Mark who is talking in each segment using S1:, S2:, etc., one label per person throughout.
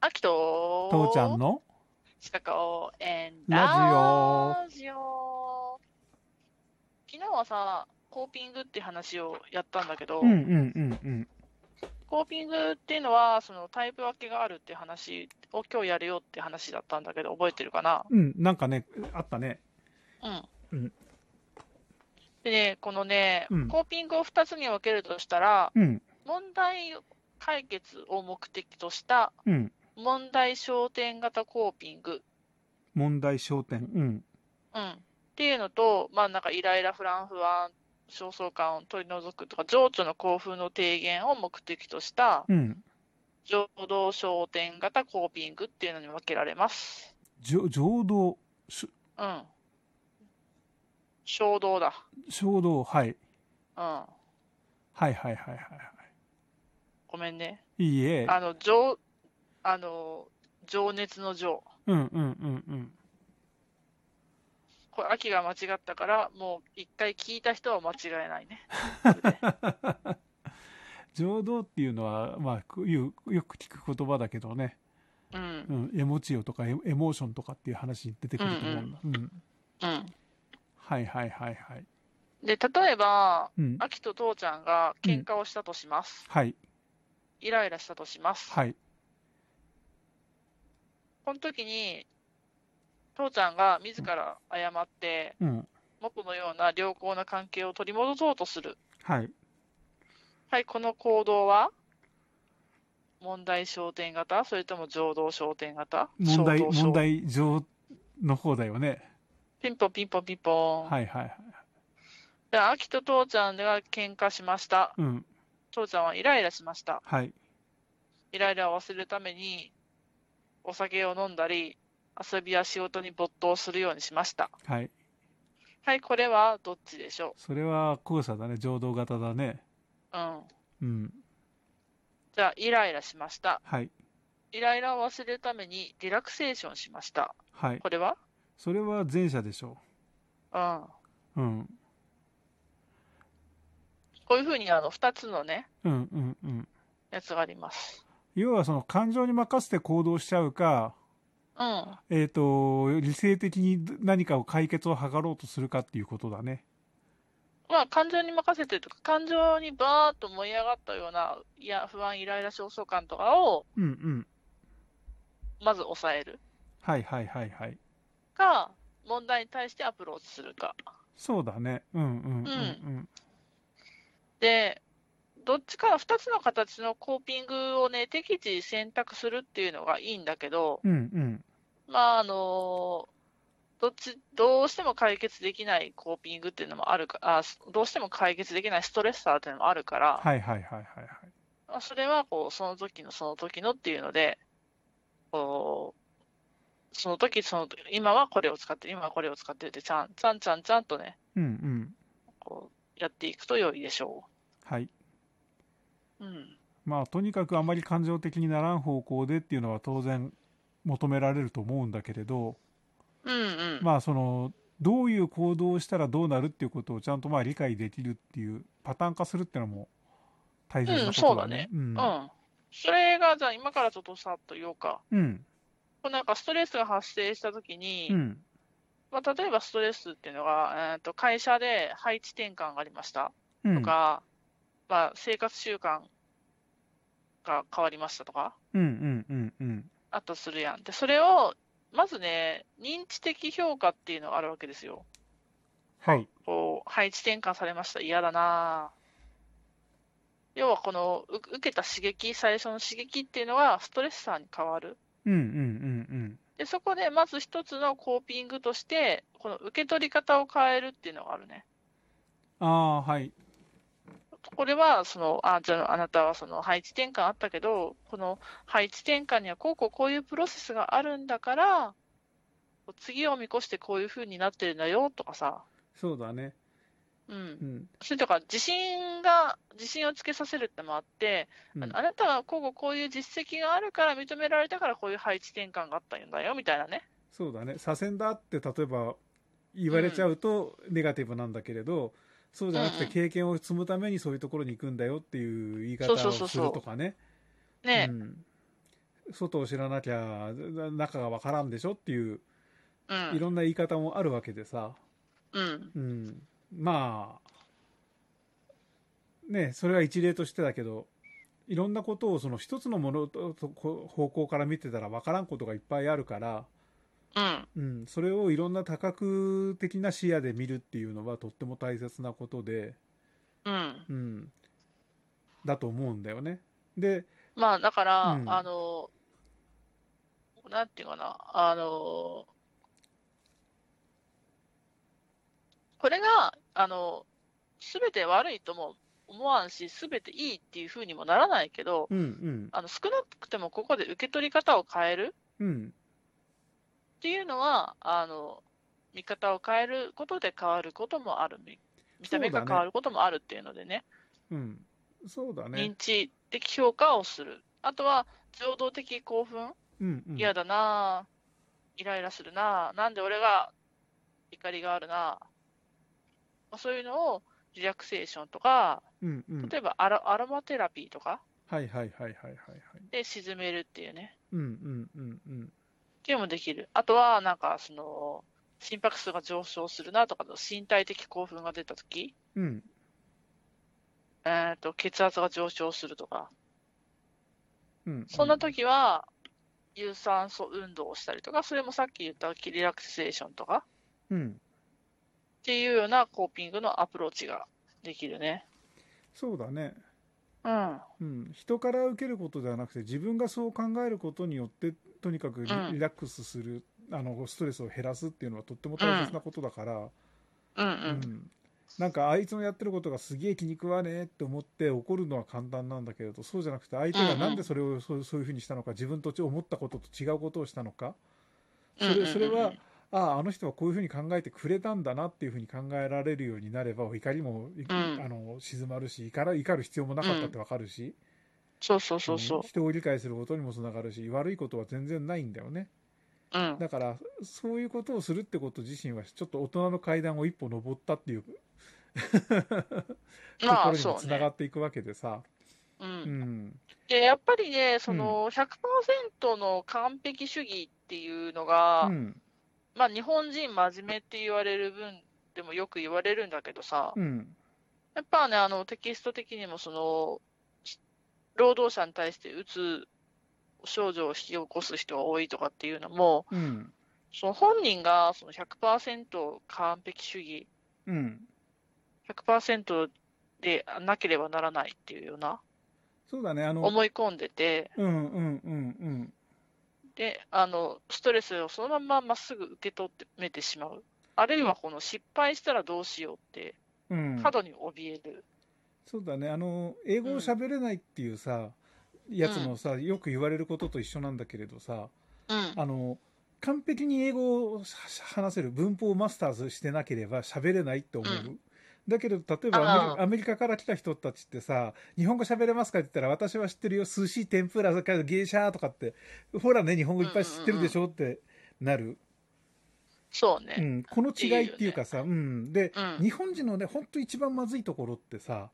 S1: あきと、
S2: 父ちゃん、の
S1: ちかこ、えん、
S2: ラ
S1: ラジオ。昨日はさ、コーピングって話をやったんだけど、
S2: うんうんうんうん
S1: コーピングっていうのは、そのタイプ分けがあるって話を今日やるよって話だったんだけど、覚えてるかな
S2: うんなんかねあったね
S1: うん。
S2: うん
S1: でね、このね、
S2: うん
S1: コーピングを2つに分けるとしたら、
S2: うん
S1: 問題解決を目的とした
S2: うん
S1: 問題焦点型コーピング
S2: 問題焦点うん
S1: うん、っていうのと、まあ、なんかイライラ、不安、不安、焦燥感を取り除くとか、情緒の興奮の低減を目的とした、
S2: うん
S1: 情動焦点型コーピングっていうのに分けられます。
S2: じょ情動し
S1: うん。衝動だ。
S2: 衝動はい
S1: うん。
S2: はいはいはいはいは
S1: ごめんね。
S2: いいいえ
S1: あの、情、あの、情熱の情。
S2: うんうんうんうん
S1: これ、秋が間違ったから、もう一回聞いた人は間違えないね。
S2: 情動っていうのは、まあ、くよよく聞く言葉だけどね、
S1: うん。
S2: うん、エモチオとかエエモーションとかっていう話に出てくると思うんだ、うん
S1: うん。
S2: はいはいはいはい、
S1: で、例えば、
S2: うん、
S1: 秋と父ちゃんが喧嘩をしたとします。
S2: はい
S1: イライラしたとします。
S2: はい
S1: この時に、父ちゃんが自ら謝って、
S2: うん
S1: 元のような良好な関係を取り戻そうとする。
S2: はい
S1: はい、この行動は問題焦点型それとも情動焦点型
S2: 問題
S1: 衝動焦
S2: 問題情の方だよね
S1: ピンポンピンポンピンポン。
S2: はいはいはい
S1: で、秋と父ちゃんが喧嘩しました。
S2: うん
S1: 父ちゃんはイライラしました。
S2: はい
S1: イライラを忘れるために、お酒を飲んだり、遊びや仕事に没頭するようにしました。
S2: はい
S1: はい、これはどっちでしょ
S2: それは後者だね情動型だね
S1: ううん。
S2: うん
S1: じゃあ、イライラしました。
S2: はい
S1: イライラを忘れるためにリラクセーションしました。
S2: はい
S1: これは
S2: それは前者でしょ
S1: うん。
S2: う、うん、
S1: こういうふうにあの2つのね、
S2: うんうんうん
S1: やつがあります。
S2: 要はその感情に任せて行動しちゃうか
S1: うん。
S2: えっ、と理性的に何かを解決を図ろうとするかっていうことだね
S1: まあ、感情に任せてとか、感情にバーッと燃え上がったような、いや、不安、イライラ、焦燥感とかを、
S2: うんうん
S1: まず抑える
S2: はいはいはいはい
S1: か、問題に対してアプローチするか。
S2: そうだねうんうんうんうん
S1: で、どっちか、2つの形のコーピングをね、適時選択するっていうのがいいんだけど、
S2: うんうん
S1: まあ、あのどっち、どうしても解決できないコーピングっていうのもあるか、あ、すどうしても解決できないストレッサーっていうのもあるから、
S2: はいはいはいはいはい
S1: まあそれはこう、その時のその時のっていうので、こう、その時その時、今はこれを使ってる、今はこれを使ってるって、ちゃん、ちゃんちゃんちゃんとね、
S2: うんうん
S1: こう、やっていくと良いでしょ
S2: はい。
S1: う。うん。
S2: まあ、とにかくあまり感情的にならん方向でっていうのは当然求められると思うんだけれど、
S1: うんうん。
S2: まあ、その、どういう行動をしたらどうなるっていうことをちゃんとまあ理解できるっていう、パターン化するっていうのも大切なことだね。うん
S1: うん。それが、じゃあ今からちょっとさっと言おうか。
S2: うん。
S1: こうなんかストレスが発生した時に、
S2: うん。
S1: まあ、例えばストレスっていうのが、えー、と会社で配置転換がありました
S2: うん。
S1: とか、まあ、生活習慣が変わりましたとか、
S2: うんうんうんうん。
S1: あったとするやん。で、それを、まずね、認知的評価っていうのがあるわけですよ。
S2: はい。
S1: こう、配置転換されました、嫌だなぁ要はこの、う受けた刺激、最初の刺激っていうのがストレッサーに変わる。
S2: うんうんうんうん。
S1: で、そこでまず一つのコーピングとして、この受け取り方を変えるっていうのがあるね。
S2: ああ、はい。
S1: これは、その、あ、じゃあ、あなたはその配置転換あったけど、この配置転換にはこうこうこういうプロセスがあるんだから、次を見越してこういう風になってるんだよとかさ、
S2: そうだね。
S1: う。
S2: うんん。
S1: それとか、自信が、自信をつけさせるってのもあって、
S2: うん
S1: あなたはこうこうこういう実績があるから認められたからこういう配置転換があったんだよ、みたいなね。
S2: そうだね左遷だって例えば言われちゃうとネガティブなんだけれど、そうじゃなく
S1: う
S2: て
S1: んうん
S2: 経験を積むためにそういうところに行くんだよっていう言い方
S1: そう
S2: を
S1: そうそう
S2: す
S1: そう
S2: るとかね
S1: ね、
S2: うん外を知らなきゃ中がわからんでしょっていう
S1: う
S2: い
S1: ん。
S2: ろんな言い方もあるわけでさ、
S1: うん。
S2: うん、まあねそれは一例としてだけどいろんなことをその一つのものととこ方向から見てたらわからんことがいっぱいあるから、
S1: うん。
S2: うん、それをいろんな多角的な視野で見るっていうのはとっても大切なことで、
S1: うん。
S2: うん、だと思うんだよね。で、
S1: まあ、だから、
S2: うん
S1: あの、なんていうかな、あの、これが、あの、すべて悪いとも思わんし、すべていいっていうふうにもならないけど、
S2: うんうん
S1: あの少なくてもここで受け取り方を変える
S2: うん
S1: っていうのは、あの、見方を変えることで変わることもある。見見た目
S2: そうだ
S1: が
S2: ね
S1: 変わることもあるっていうのでね。
S2: うん、そうだ
S1: 認
S2: ね。
S1: 知的評価をする。あとは、情動的興奮。
S2: うんうん、
S1: 嫌だなあイライラするなあなんで俺が怒りがあるなあまあそういうのをリラクゼーションとか、
S2: うんうん、
S1: 例えばアロアロマテラピーとか
S2: はいはいはいはいはいはい。
S1: で沈めるっていうね、
S2: うんうんうんうん。
S1: っていうのもできる。あとは、なんか、その、心拍数が上昇するなとか、身体的興奮が出たとき、
S2: うん
S1: えーと、血圧が上昇するとか、
S2: うん、
S1: そんな時は、有酸素運動をしたりとか、それもさっき言ったリラクゼーションとか、
S2: うん、
S1: っていうようなコーピングのアプローチができるね。
S2: そうだね。
S1: うん。
S2: うん、人から受けることではなくて自分がそう考えることによってとにかくリ,、
S1: うん
S2: ラックスするあのストレスを減らすっていうのはとっても大切なことだから、
S1: うんう
S2: うん
S1: ん。
S2: なんかあいつのやってることがすげえ気に食わねえって思って怒るのは簡単なんだけれどそうじゃなくて相手がなんでそれをそうそういうふうにしたのか自分と思ったことと違うことをしたのかそ
S1: うんうんう
S2: れ
S1: ん
S2: それはあああの人はこういうふうに考えてくれたんだなっていうふうに考えられるようになれば怒りも、い
S1: ん
S2: あの静まるし怒ら怒る必要もなかったってわかるし。
S1: そうそうそう
S2: う
S1: そ
S2: ん人を理解することにもつながるし悪いことは全然ないんだよね
S1: う。うん。
S2: だからそういうことをするってこと自身はちょっと大人の階段を一歩登ったっていう
S1: ま
S2: ところ
S1: あ、
S2: にも
S1: そう
S2: つなが
S1: ね。
S2: っていくわけでさ、
S1: う。
S2: うんん、
S1: で、やっぱりね、その100%の完璧主義っていうのが、
S2: うん
S1: まあ、日本人真面目って言われる分でもよく言われるんだけどさ、
S2: うん
S1: やっぱね、あのテキスト的にもその、し労働者に対してうつ症状を引き起こす人が多いとかっていうのも、
S2: うん
S1: その本人がその100%完璧主義、
S2: うん
S1: 100%でなければならないっていうような、
S2: そうだねあの
S1: 思い込んでて、
S2: うんうんうんうん
S1: で、あの、ストレスをそのまままっすぐ受け取ってめてしまう。あるいはこの失敗したらどうしようって、
S2: うん
S1: 過度に怯える。
S2: そうだねあの英語を喋れないっていうさ、やつのさよく言われることと一緒なんだけれどさ、
S1: うん。
S2: あの完璧に英語を話せる文法をマスターズしてなければ喋れないって思う、
S1: う
S2: だけど例えばアメ
S1: あ
S2: リアメリカから来た人たちってさ日本語喋れますかって言ったら私は知ってるよ寿司天ぷらそれから芸者とかってほらね日本語いっぱい知ってるでしょってなる、
S1: そう
S2: うん
S1: ね。
S2: この違いっていうかさうん、で、
S1: うん
S2: 日本人のね本当一番まずいところってさ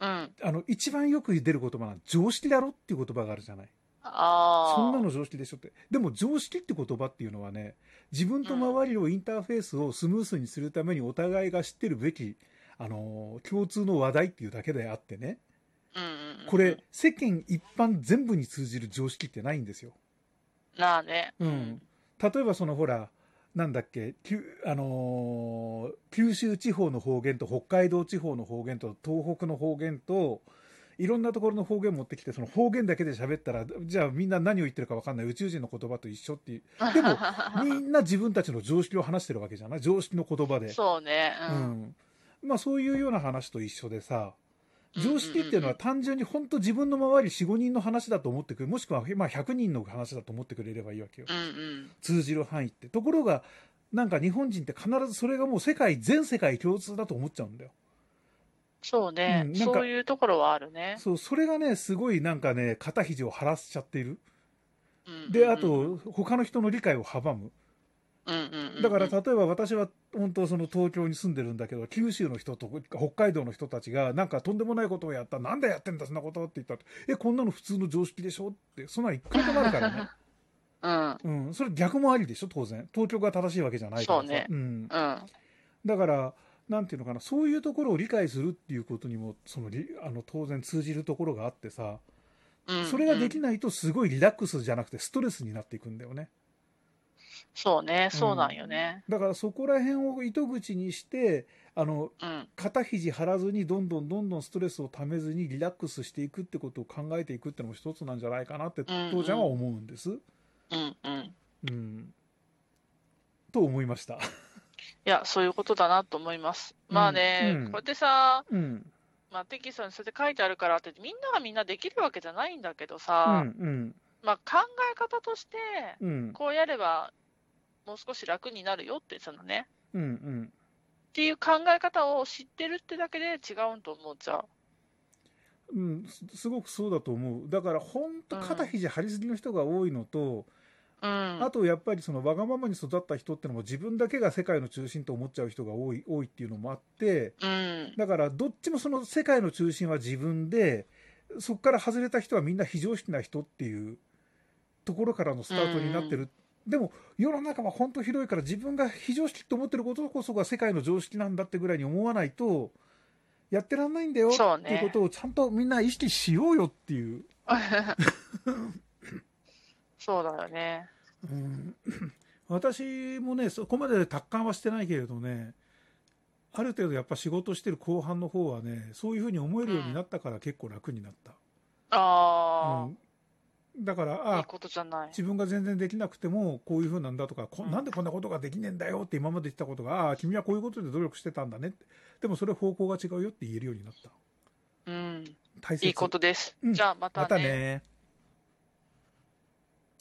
S1: うん。あ
S2: あの一番よく出る言葉が常識だろっていう言葉があるじゃない。
S1: あー。
S2: そんなの常識でしょって。でも常識って言葉っていうのはね、自分と周りをインターフェースをスムースにするためにお互いが知ってるべき、あのー、共通の話題っていうだけであってね、
S1: うんうんうん
S2: これ、世間一般全部に通じる常識ってないんですよ。
S1: なあね。
S2: うん。例えばそのほら、なんだっけ、きゅあのー九州地方の方言と北海道地方の方言と東北の方言と、いろんなところの方言持ってきて、その方言だけで喋ったら、じゃあみんな何を言ってるか分かんない宇宙人の言葉と一緒っていう。でも、みんな自分たちの常識を話してるわけじゃない常識の言葉で。
S1: そうね。う。
S2: うんん。まあそういうような話と一緒でさ、常識っていうのは単純に本当自分の周り4、5人の話だと思ってくれ、もしくはまあ100人の話だと思ってくれればいいわけよ
S1: う。んうん。
S2: 通じる範囲って。ところが、なんか日本人って必ずそれがもう世界、全世界共通だと思っちゃうんだよ。
S1: そうね
S2: うん。なんか
S1: そういうところはあるね。
S2: そう、それがね、すごいなんかね、肩肘を張らせちゃっている。
S1: うんうんうん
S2: で、あ、と、他の人の理解を阻む。
S1: うんうんうん
S2: だから例えば私は本当その東京に住んでるんだけど九州の人と北海道の人たちがなんかとんでもないことをやったなんでやってんだそんなことって言ったらえこんなの普通の常識でしょってそんなん一回となるから ね、
S1: うん
S2: うん、それ逆もありでしょ当然東京が正しいわけじゃないからさ
S1: そうね
S2: うん、
S1: うん
S2: だからなんていうのかなそういうところを理解するっていうことにもそのりあの当然通じるところがあってさ
S1: うん
S2: それができないとすごいリラックスじゃなくてストレスになっていくんだよね
S1: そうねそうなんよね
S2: だからそこら辺を糸口にしてあの
S1: うん
S2: 肩肘張らずにどんどんどんどんストレスをためずにリラックスしていくってことを考えていくってのも一つなんじゃないかなって
S1: うんうん
S2: 父ちゃんは思うんです。うん
S1: うんうん
S2: と思いました。
S1: いや、そういうことだなと思います。まあね、
S2: うん
S1: こうやってさ、
S2: うん
S1: まあ、テキストにそれで書いてあるからって、みんながみんなできるわけじゃないんだけど
S2: う
S1: さ、
S2: ん
S1: まあ、考え方として、
S2: うんうん
S1: こうやれば、もう少し楽になるよって、そのね、
S2: うんうん
S1: っていう考え方を知ってるってだけで違うんと思っちゃう。
S2: うんすすごくそうだと思うだから本当肩肘張りすぎの人が多いのと、
S1: うん。
S2: あとやっぱりそのわがままに育った人ってのも自分だけが世界の中心と思っちゃう人が多い多いっていうのもあって、
S1: うん。
S2: だからどっちもその世界の中心は自分でそこから外れた人はみんな非常識な人っていうところからのスタートになってる、でも世の中は本当広いから自分が非常識と思ってることこそが世界の常識なんだってぐらいに思わないとやってらんないんだよ
S1: そう
S2: っ
S1: ね
S2: ていうことをちゃんとみんな意識しようよっていう、
S1: そうだよね。
S2: うん、私もねそこまで達観はしてないけれどねある程度やっぱ仕事してる後半の方はねそういうふうに思えるようになったから結構楽になった。
S1: あ
S2: うん、だから
S1: あ、
S2: あ
S1: いいことじゃない。
S2: 自分が全然できなくてもこういうふうなんだとかこ
S1: うん
S2: なんでこんなことができねえんだよって今まで言ってたことがああ君はこういうことで努力してたんだねってでもそれ方向が違うよって言えるようになった
S1: うん。
S2: 大切
S1: いいことです。
S2: うん
S1: じゃあ、また
S2: ま
S1: ね。
S2: たね